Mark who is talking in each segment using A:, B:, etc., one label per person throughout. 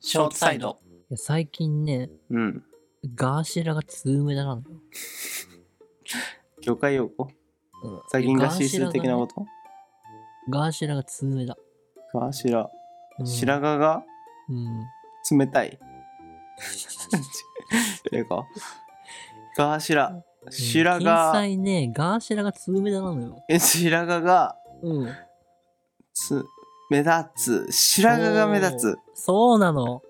A: ショートサイド。
B: いや最近ね、
A: うん。
B: ガーシラがツームだなのよ。
A: 魚介用語
B: うん
A: 最近ガシス的なこと
B: ガーシラがツームだ。
A: ガーシラ。
B: うん
A: 白髪が
B: うん。
A: 冷 たい。てか、ガーシラ。白
B: 実
A: 髪、
B: 際ね、ガーシラがツームだなのよ。
A: え白髪が
B: うん。
A: つ目立つ。白髪が目立つ。
B: そう なの。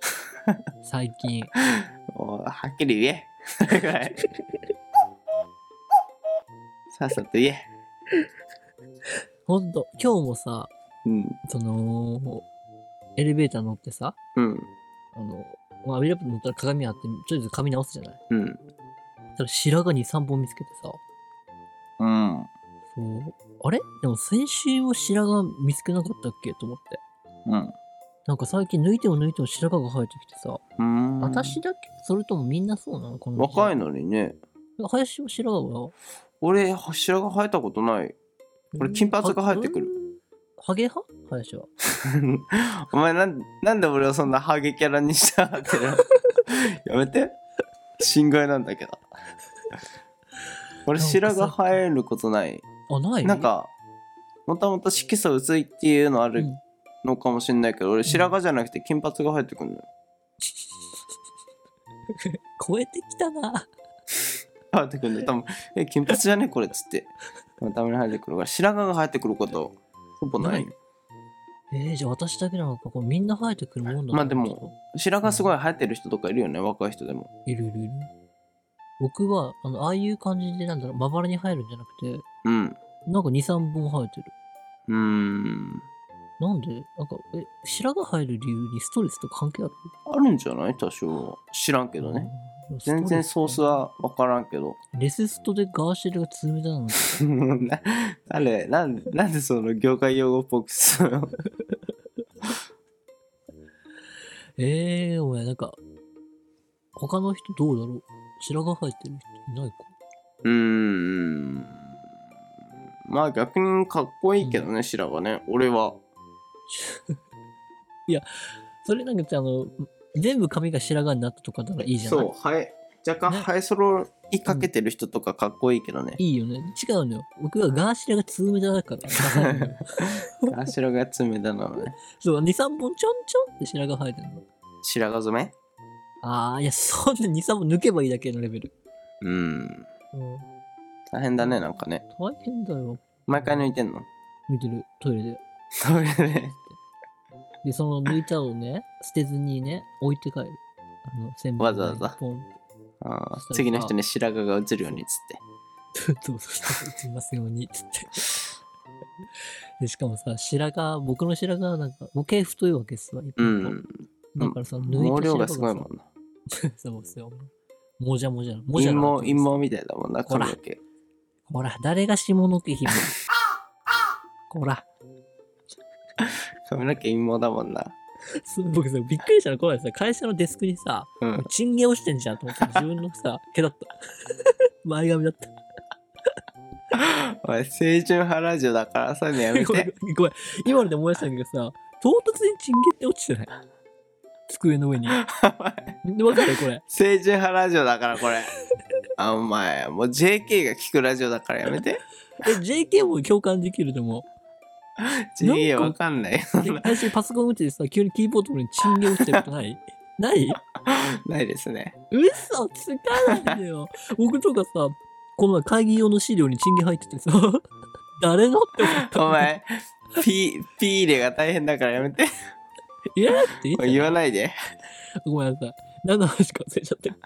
B: 最近。
A: おはっきり言え。 それぐらいさっさと言え。
B: ほんと、今日もさ、
A: うん。
B: その、エレベーター乗ってさ、
A: うん。
B: あの、まあ、アビラップ乗ったら鏡あって、ちょっと髪直すじゃない。
A: うん。
B: ただ白髪に3本見つけてさ、
A: うん。
B: そう、あれでも先週は白髪見つけなかったっけと思って。
A: うん。
B: なんか最近抜いても抜いても白髪が生えてきてさ、
A: うん。
B: 私だけそれともみんなそうなのこの
A: 若い
B: の
A: のにね。
B: 林は白髪が
A: 俺、白髪生えたことない。 俺金髪が生えてくる
B: うんハゲ派林は
A: お前なんなんで俺をそんなハゲキャラにしたって やめて心外なんだけど俺
B: なんか
A: 白髪生えることない
B: あない
A: なんかもともと色素薄いっていうのあ
B: う
A: る
B: ん
A: のかもしれないけど、俺白髪じゃなくて金髪が生えてくるのよ
B: 超えてきたな
A: 生えてくるのよ多分え金髪じゃねこれっつってたまに生えてくるから白髪が生えてくることほぼない
B: ないえー、じゃあ私だけなのかこれみんな生えてくるもんだな
A: まあでも白髪すごい生えてる人とかいるよね若い人でも
B: いるいるいる僕はあのああいう感じでなんだろうまばらに生えるんじゃなくて
A: うん
B: なんか23本生えてる
A: うーん
B: なんでなんかえ白髪生える理由にストレスと関係ある
A: あるんじゃない多少は知らんけどね
B: あー
A: 全然ソースは分からんけ ど
B: レスストでガーシェルがツームだなの
A: な誰なんなんでその業界用語っぽくするの
B: ええー、お前、なんか、他の人どうだろう白髪生えてる人いないか
A: うーんまあ逆にかっこいいけどね、白髪ね俺は
B: それなんかさ、あの、全部髪が白髪になったとかならいいじゃない
A: そう生え若干
B: ね
A: 生え揃いかけてる人とかかっこいいけどね、
B: いいよね。違うのよ。僕はガーシラがツームだから。 ダ サいのよ
A: あ白髪爪だなのね
B: そう、2、3本ちょんちょんって白髪生えてるの。
A: 白髪染め
B: ああ、いや、そんな2、3本抜けばいいだけのレベル。
A: うん
B: うん。
A: 大変だねなんかね
B: 大変だよ。
A: 毎回抜いてんの
B: 見てる、トイレで。
A: そういうね
B: で、その抜いたをね、捨てずにね、置いて帰る。あの、洗面
A: わざわざ
B: 台にポンって
A: あー
B: そう
A: 次の人に白髪が映るようにっつって
B: どうぞすいますように、つって。で、しかもさ、白髪、僕の白髪はなんか、模型太いわけっすわ、
A: う
B: 一本一本
A: ん
B: だからさ、抜い
A: 毛
B: た
A: 量が
B: 白髪
A: すごいもんな
B: さ。そうっすよ。もじゃもじゃ。もじ
A: 陰
B: ゃ
A: 謀陰
B: も。
A: 謀みたいだもんな
B: ほら
A: 髪の毛
B: ほら、誰が下の毛紐。ほら、
A: 髪の毛陰謀だもんな
B: す僕さ、びっくりしたの、これさ、会社のデスクにさ、
A: うん
B: チンゲ落ちてんじゃんと思って、自分のさ、毛だった。 前髪だった。
A: おい青春ハラジオだからそういうのやめ
B: ごめん
A: て、
B: ごめん今ので思い出したんだけどさ、唐突にチンゲって落ちてない机の 上に。わかるこれ。
A: 青春派ラジオだからこれあお前もう JK が聞くラジオだからやめて
B: え、JK も共感できるでも。
A: JK わかんない
B: 私パソコン打ってさ、急にキーボードにチンゲ落ちてることないない
A: ないですね
B: 嘘つかないでよ。僕とかさ、この前会議用の資料にチンゲ入っててさ、 誰のって思った。
A: お前ピピー入れが大変だからやめて
B: 言えなくていいじゃん
A: 言わないで
B: ごめんなさい。何の話か忘れちゃったけど。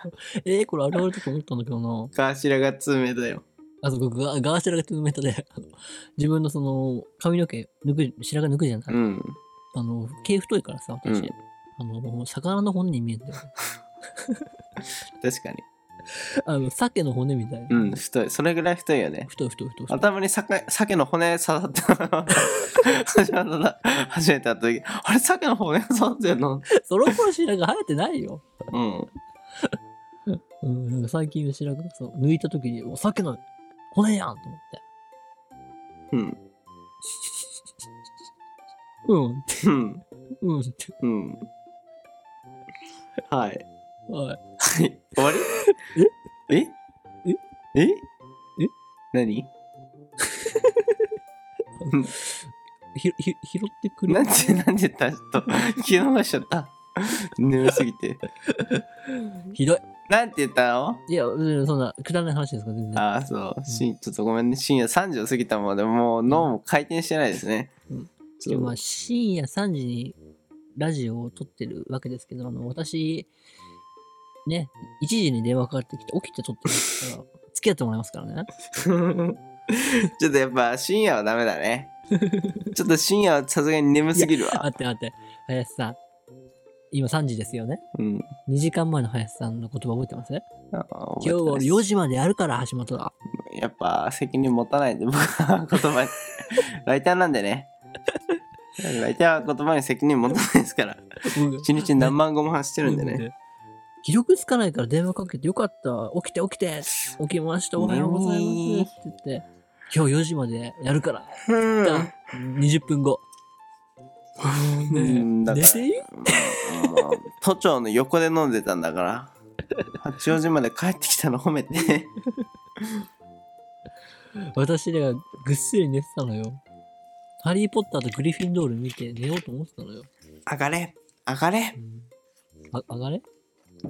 B: えー、これあれあれだと思ったんだけどな。
A: 頭が爪だよ
B: あそこガガーシャラがトゥーメタで、あの自分のその髪の毛抜く、白髪抜くじゃない、
A: うん
B: あの、毛太いからさ、私。
A: うん
B: あの、魚の骨に見えん だよ。
A: 確かに
B: あの、鮭の骨みたいな。
A: うん太いそれぐらい太いよね
B: 太い太い太い太い。
A: 頭に鮭鮭の骨刺さ った。初めて初めて会った時、あれ、鮭の骨刺さってんの
B: その頃白髪生えてないよ。
A: うん。
B: うん、なんか最近の白髪そう抜いた時に、お鮭の骨やんと思って。
A: うん。
B: うん、
A: うん。
B: うんって。
A: うん。はい。
B: はい。
A: はい終わりえええ
B: え
A: 何
B: ひ、ひ、拾ってくれ
A: なんでなんでたちょっと聞き逃しちゃった眠すぎて
B: ひどい。
A: なんて言ったの
B: いや、うんそんな、くだらない話ですか、全然。
A: ああそうしちょっとごめんね深夜3時を過ぎたものでもう脳も回転してないですね、
B: うん
A: そう
B: まあ、深夜3時にラジオを撮ってるわけですけど、あの、私、ね、1時に電話かかってきて、起きて撮ってますから、付き合ってもらいますからね。
A: ちょっとやっぱ深夜はダメだねちょっと深夜はさすがに眠すぎるわ
B: 待って待って、林さん。今3時ですよね。
A: うん
B: 2時間前の林さんの言葉覚えてます
A: あー覚え
B: 今日
A: てない
B: 俺
A: です
B: 4時までやるから、橋本だ。
A: やっぱ責任持たないんで僕は言葉に ライターなんでねライターは言葉に責任持たないですから一日に何万語も発してるんでね。
B: 記録つかないから電話かけてよかった。起きて起きて。起きました。おはようござい
A: ね
B: ます。って言って。今日4時までやるから。
A: うん
B: 20分後。
A: う
B: ね
A: んだか
B: え寝
A: ら
B: ていい
A: もう都庁の横で飲んでたんだから八王子まで帰ってきたの褒めて
B: 私らがぐっすり寝てたのよ。ハリー・ポッターとグリフィンドール見て寝ようと思ってたのよ。
A: 上がれ上がれ
B: うんあ、あがれ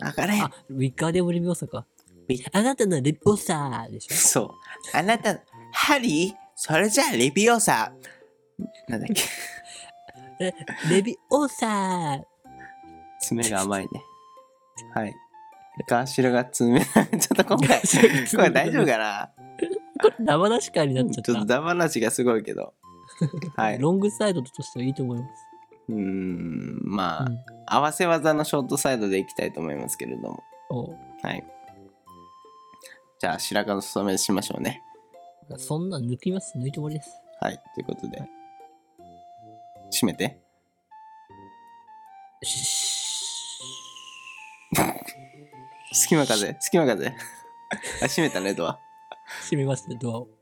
A: 上がれ
B: あ、ウィッカーデブリミオサか
A: ウィ。
B: あなたのレポサーでしょ。
A: そうあなたハリーそれじゃあレビオーサなんだっけ
B: えレビオサー
A: 爪が甘いね。はい。ガーシルが爪、ち ょっと今回、これ大丈夫かな
B: これ生出し会になっちゃっ
A: ちょったと。ダマなしがすごいけど。はい。う
B: ロングサイドとしてはいいと思います。
A: ーん、まあ、
B: うん
A: 合わせ技のショートサイドでいきたいと思いますけれども。
B: おう
A: はい。じゃあ、白髪の染めしましょうね。
B: そんなん抜きます。抜いて終わりです。
A: はい。ということで。閉めて。
B: しし
A: 隙間風、隙間風。あ、閉めたね、ドア。
B: 閉めますね、ドアを。